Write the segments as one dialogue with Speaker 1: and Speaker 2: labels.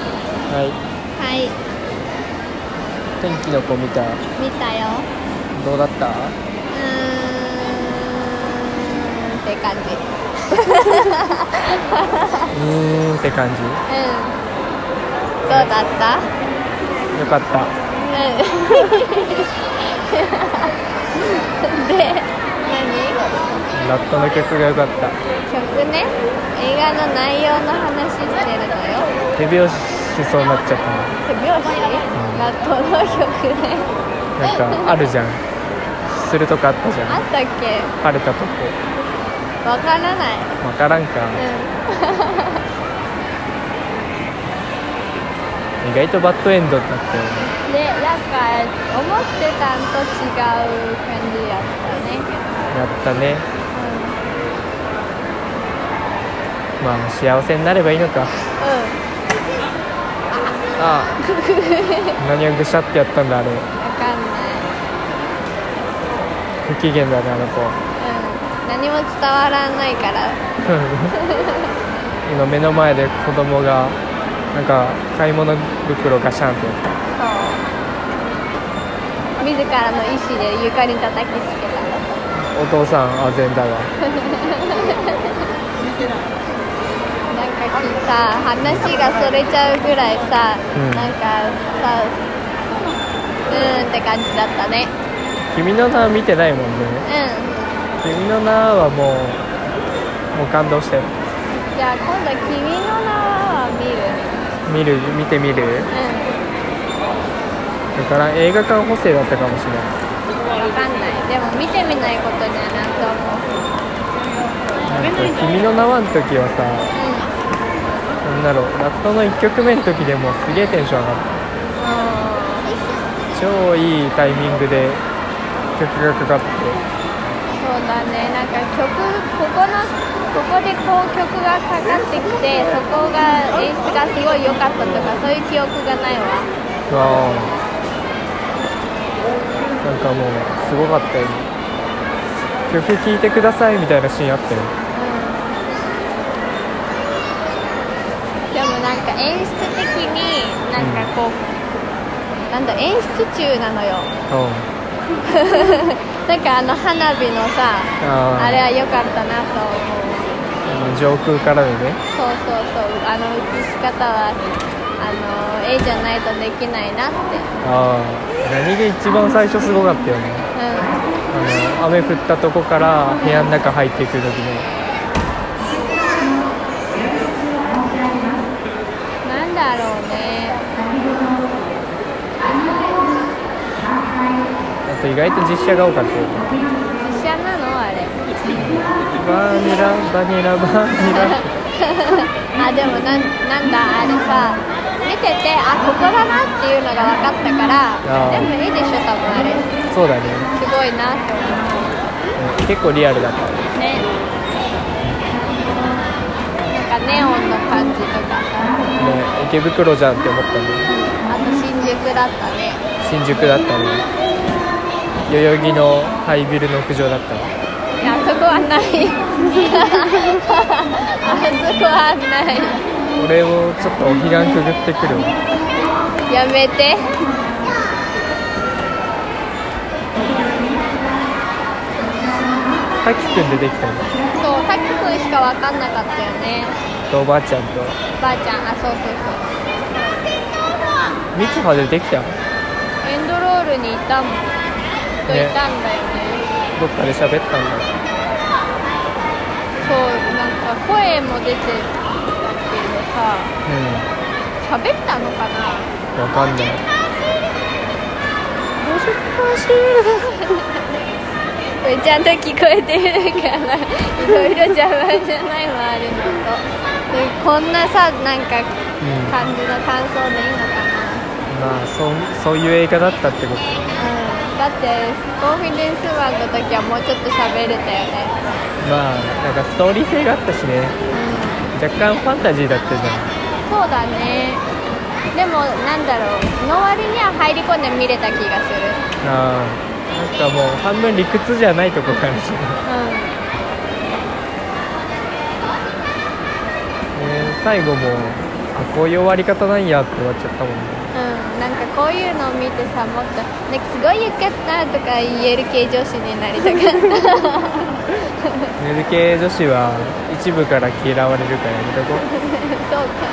Speaker 1: はい
Speaker 2: はい
Speaker 1: 天気の子見た
Speaker 2: 見たよ
Speaker 1: どうだった
Speaker 2: うーんって感じ
Speaker 1: うーんって感じ
Speaker 2: うんどうだった
Speaker 1: よかった
Speaker 2: うん で何
Speaker 1: ラットの曲がよかった
Speaker 2: 曲ね映画の内容の話してるのよ
Speaker 1: 手拍子しそうになっちゃった
Speaker 2: 手拍子ラットの曲ね
Speaker 1: のなんかあるじゃんするとかあったじ
Speaker 2: あ
Speaker 1: ゃん
Speaker 2: ったっけ
Speaker 1: 晴れたと
Speaker 2: わからない
Speaker 1: こわからんか
Speaker 2: う
Speaker 1: 意外とバッドエンドだったよね
Speaker 2: んでなんか思ってたんと違う感じやっ
Speaker 1: や
Speaker 2: たね
Speaker 1: ったね
Speaker 2: う
Speaker 1: ま
Speaker 2: ん
Speaker 1: あ幸せになればいいのか
Speaker 2: う
Speaker 1: ああ 何をぐしゃってやったんだあれ
Speaker 2: んわかんない
Speaker 1: 不機嫌だねあの子
Speaker 2: うん何も伝わらないから
Speaker 1: 今目の前で子供がなんか買い物袋ガシャンってやっ
Speaker 2: そう自らの意思で床に叩き
Speaker 1: た
Speaker 2: つけた
Speaker 1: お父さんあぜんだわ
Speaker 2: なんかきさ話がそれちゃうぐらいさ、
Speaker 1: うん
Speaker 2: なんかさうんって感じだったね
Speaker 1: 君の名は見てないもん
Speaker 2: う
Speaker 1: ね
Speaker 2: ん
Speaker 1: 君の名はもうもう感動したよ
Speaker 2: じゃあ今度「君の名は」見
Speaker 1: 見
Speaker 2: る
Speaker 1: る見てみる
Speaker 2: う
Speaker 1: だからん映画館補正だったかもしれない
Speaker 2: んわかんないでも見てみないことにはなんと思う
Speaker 1: なんか君の名はの時はさ
Speaker 2: うん
Speaker 1: なんだろうラットの1曲目の時でもすげえテンション上がった
Speaker 2: うん
Speaker 1: 超いいタイミングで曲がかかって
Speaker 2: そうだねなんか曲ここのここでこう曲がかかってきてそこが演出がすごい良かったとかそういう記憶がないわ
Speaker 1: わあなんかもうすごかったよ曲聴いてくださいみたいなシーンあったよ
Speaker 2: でもなんか演出的になんかこう、なんだ演出中なのよ
Speaker 1: うん
Speaker 2: なんかあの花火のさ
Speaker 1: あー
Speaker 2: あれは良かったなと思う
Speaker 1: あの上空からのね
Speaker 2: そうそうそうあの映し方はあの絵じゃないとできないなって
Speaker 1: ああ何が一番最初すごかったよね
Speaker 2: うん
Speaker 1: あの雨降ったとこから部屋の中入っていく時の
Speaker 2: なんだろうね
Speaker 1: あと意外と実写が多かったよね
Speaker 2: 実写なのあれ
Speaker 1: バニラバニラバニラ
Speaker 2: あでもなんなんだあれさ見ててあここだなっていうのが分かったから
Speaker 1: あー
Speaker 2: でもいいでしょ多分あれ
Speaker 1: そうだね
Speaker 2: すごいなって思
Speaker 1: うん結構リアルだった
Speaker 2: うねなんかネオンの感じとかさ
Speaker 1: ね池袋じゃんって思ったね
Speaker 2: あと新宿だったね
Speaker 1: 新宿だったね代々木のハイビルの屋上だったね
Speaker 2: いやあそこはない あそこはない
Speaker 1: 俺もちょっとお彼岸くぐってくるわ
Speaker 2: やめて
Speaker 1: 滝くん出てきたね
Speaker 2: そうさっきくんしか分かんなかったよね
Speaker 1: とおばあちゃんと
Speaker 2: ばあちゃんあそうそうそう
Speaker 1: 三葉出てきた
Speaker 2: エンドロールにいたもんといたんだよね
Speaker 1: どっかで喋ったんだ
Speaker 2: そうなんか声も出てたけどさ
Speaker 1: う
Speaker 2: 喋ったのかなん
Speaker 1: わかんない
Speaker 2: うんちゃんと聞こえてるからいろいろ邪魔じゃない周りのことでこんなさなんか
Speaker 1: うんま
Speaker 2: 感じの感想でいいのかな
Speaker 1: あそうそういう映画だったってこと
Speaker 2: うんだってコンフィデンスマンの時はもうちょっと喋れたよね
Speaker 1: まあなんかストーリー性があったしね
Speaker 2: うん
Speaker 1: 若干ファンタジーだったじゃ
Speaker 2: そうだねでもなんだろうの割には入り込んで見れた気がする
Speaker 1: んああなんかもう半分理屈じゃないとこからしない
Speaker 2: うん
Speaker 1: えー最後もあこういう終わり方なんやって終わっちゃったもんね
Speaker 2: うん、なんかこういうのを見てさもっと「なんかすごいよかった」とか言える系女子になり たかった
Speaker 1: ぬる系女子は一部から嫌われるからやめとこう
Speaker 2: そうか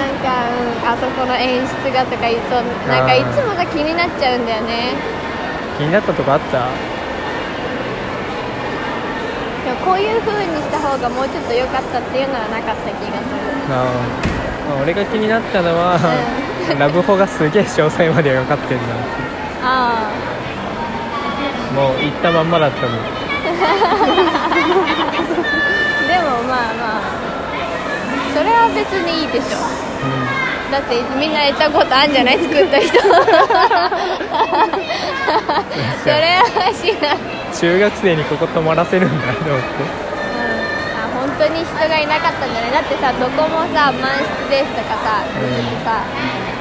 Speaker 2: なんか、うん、あそこの演出がとか言いそうなんか
Speaker 1: あー
Speaker 2: いつもが気になっちゃうんだよね
Speaker 1: 気になったとこあった
Speaker 2: でもこういう風にした方がもうちょっと良かったっていうのはなかった気がする
Speaker 1: なあ俺が気になったのは、 ラブホがすげえ詳細まで分かってんな
Speaker 2: ああ
Speaker 1: もう行ったまんまだったの
Speaker 2: でもまあまあそれは別にいいでしょ
Speaker 1: う
Speaker 2: だってみんなやったことあるんじゃない作っ た人それはしない
Speaker 1: ん中学生にここ泊まらせるんだと思って
Speaker 2: あ本当に人がいなかったんじゃないだってさどこもさ満室ですとかさ
Speaker 1: うん
Speaker 2: 言ってさ、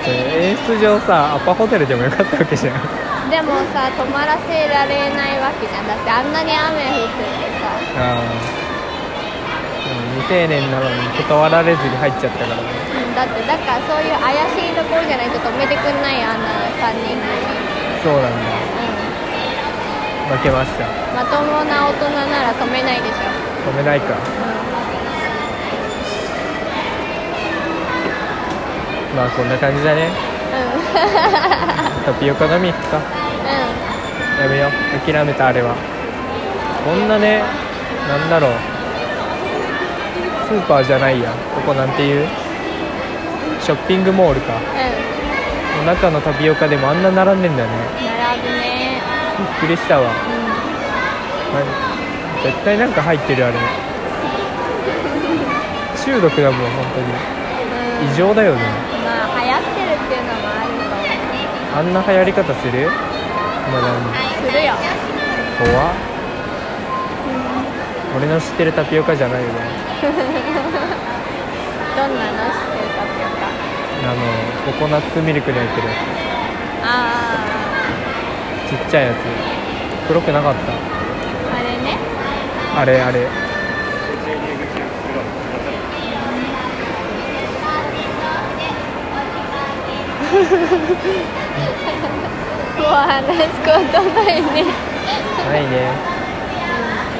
Speaker 1: それ演出上さアパホテルでもよかったわけじゃん
Speaker 2: でもさ泊まらせられないわけじゃんだってあんなに雨降っててさ
Speaker 1: あー未成年なのに断られずに入っちゃったからね
Speaker 2: うんだってだからそういう怪しいところじゃないと止めてくんないよあんな3人組、
Speaker 1: そうなんだ
Speaker 2: う
Speaker 1: 負けました
Speaker 2: ん、まともな大人なら止めないでしょ、
Speaker 1: 止めないかまあこんな感じだねタピオカ飲み行くか
Speaker 2: うんうん
Speaker 1: やめよう諦めたあれはこんなねなんだろうスーパーじゃないやここなんていうショッピングモールか
Speaker 2: う
Speaker 1: の中のタピオカでもあんな並んでんだよね
Speaker 2: ん並ぶね
Speaker 1: びっくりしたわ
Speaker 2: うん
Speaker 1: な絶対なんか入ってるあれ中毒だもん本当
Speaker 2: うん
Speaker 1: に異常だよね
Speaker 2: まあ流行ってるっていうのもある
Speaker 1: あんな流行り方するまだ
Speaker 2: とするよ
Speaker 1: 怖っ俺の知ってるタピオカじゃないよね
Speaker 2: どんなの知ってるかっていうか
Speaker 1: あのココナッツミルクで入ってるや
Speaker 2: あ
Speaker 1: つちっちゃいやつ黒くなかっ
Speaker 2: ああれね
Speaker 1: たあれあれ
Speaker 2: もう話すことないね
Speaker 1: ないね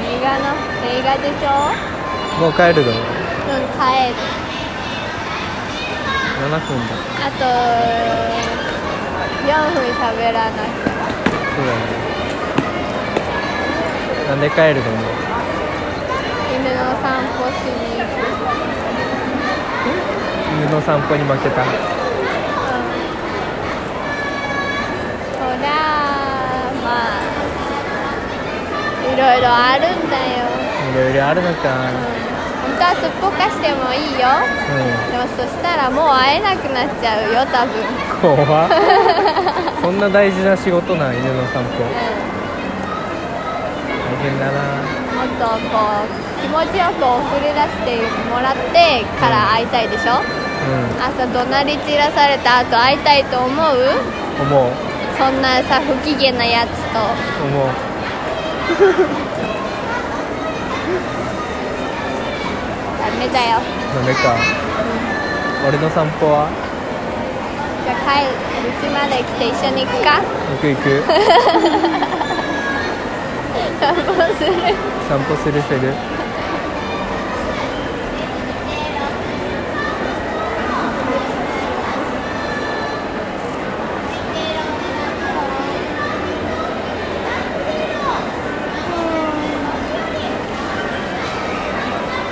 Speaker 2: 映画の映画でしょ
Speaker 1: もう帰るの
Speaker 2: うん帰る
Speaker 1: 7分だ
Speaker 2: あと4分喋らなくて
Speaker 1: そうだねなんで帰るのも
Speaker 2: 犬の散歩しに行く、
Speaker 1: 犬の散歩に負けた
Speaker 2: ほらまあいろいろあるんだよ、
Speaker 1: いろいろあるのか
Speaker 2: うん、本当はすっぽかしてもいいよ
Speaker 1: う
Speaker 2: でもそしたらもう会えなくなっちゃうよ多分うん
Speaker 1: ん怖っそんな大事な仕事なん犬の散歩大変だな
Speaker 2: もっとこう気持ちよく送り出してもらってから会いたいでし
Speaker 1: う
Speaker 2: ょ朝怒鳴り散らされた後会いたいと思うん
Speaker 1: 思う
Speaker 2: そんなさ不機嫌なやつと
Speaker 1: 思う
Speaker 2: ダメだよ
Speaker 1: ダメか俺の散歩は
Speaker 2: じゃあ帰るうちまで来て一緒に行くか
Speaker 1: 行く行く
Speaker 2: 散歩する
Speaker 1: 散歩するする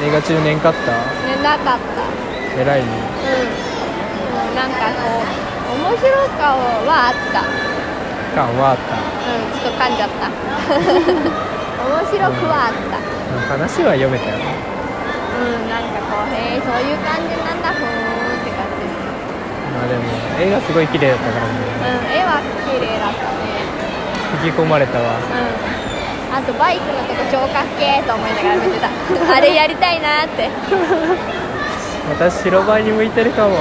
Speaker 1: 映画中年勝った
Speaker 2: 寝なかった
Speaker 1: 偉いね
Speaker 2: うんもうなんかこう面白顔はあった
Speaker 1: 感はあった
Speaker 2: うんちょっと噛んじゃった面白くはあった
Speaker 1: 話は読めたよ
Speaker 2: うんなんかこうへえそういう感じなんだふーんって感じ
Speaker 1: まあでも映画すごい綺麗だったから
Speaker 2: うん
Speaker 1: ね
Speaker 2: 絵は綺麗だったね
Speaker 1: 引き込まれたわ
Speaker 2: うんあとバイクのとこ超かっけーと思いながら見てたあれやりたいなーって
Speaker 1: 私白バイに向いてるかも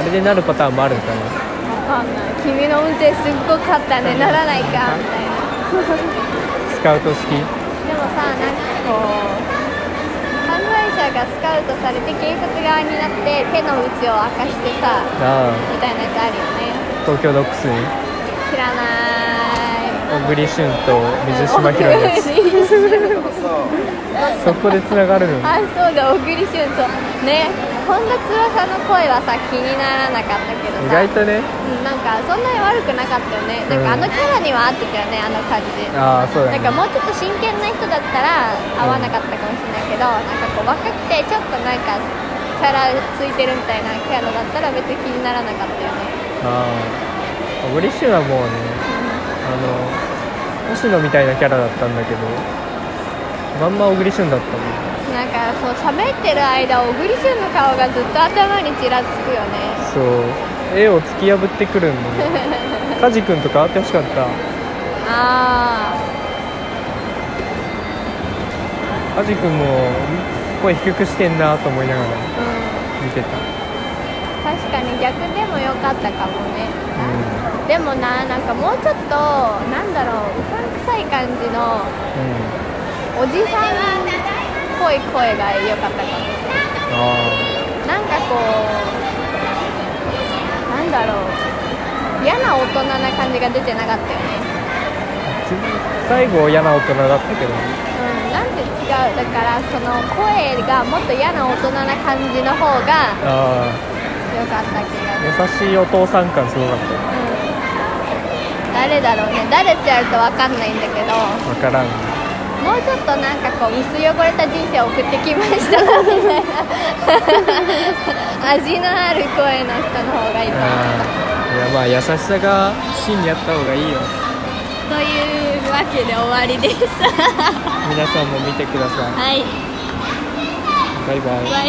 Speaker 1: あれでなるパターンもあるんかな
Speaker 2: わかんない君の運転すっごかったねならないかみたいな
Speaker 1: スカウト式
Speaker 2: でもさなんかこう完らがスカウトされて警察側になって手の内を明かしてさ
Speaker 1: あ
Speaker 2: みたいなやつあるよね
Speaker 1: あ東京ドックスに
Speaker 2: 知らない
Speaker 1: 小栗旬と水島ひろみですそこでつながるの
Speaker 2: あそうだ小栗旬とね本田翼の声はさ気にならなかったけど
Speaker 1: 意
Speaker 2: さ
Speaker 1: 外とね
Speaker 2: うんなんかそんなに悪くなかったよねなん
Speaker 1: うん
Speaker 2: かあのキャラには合ってたよねあの感じ
Speaker 1: ああそうだね
Speaker 2: なんかもうちょっと真剣な人だったら合わなかったかもしれないけど、なんかこう若くてちょっとなんかキャラついてるみたいなキャラだったら別に気にならなかったよね
Speaker 1: ああ小栗旬はもうねあの星野みたいなキャラだったんだけどまんま小栗旬だったもん
Speaker 2: なんかそう喋ってる間小栗旬の顔がずっと頭にちらつくよね
Speaker 1: そう絵を突き破ってくるん だねカジ君とか会ってほしかった
Speaker 2: あ あ
Speaker 1: カジ君も声低くしてんなと思いながら
Speaker 2: うん
Speaker 1: 見てた
Speaker 2: 確かに逆でもよかったかもね
Speaker 1: うん
Speaker 2: でもななんかもうちょっとなんだろううさんくさい感じの
Speaker 1: うん
Speaker 2: おじさんっぽい声が良かったかも
Speaker 1: あ
Speaker 2: なんかこうなんだろう嫌な大人な感じが出てなかったよね
Speaker 1: あ最後嫌な大人だったけど
Speaker 2: うんなんで違うだからその声がもっと嫌な大人な感じの方が
Speaker 1: あ
Speaker 2: 良かった気が
Speaker 1: あ
Speaker 2: する、
Speaker 1: 優しいお父さん感すごかった
Speaker 2: うん、誰だろうね誰ってやると分かんないんだけど
Speaker 1: 分からん
Speaker 2: もうちょっとなんかこう薄汚れた人生を送ってきましたみたいな 味のある声の人の方がいいと思う
Speaker 1: あいやまあ優しさが芯にあった方がいいよ
Speaker 2: というわけで終わりです は
Speaker 1: 皆さんも見てくださ
Speaker 2: い
Speaker 1: いバイバイ
Speaker 2: バイ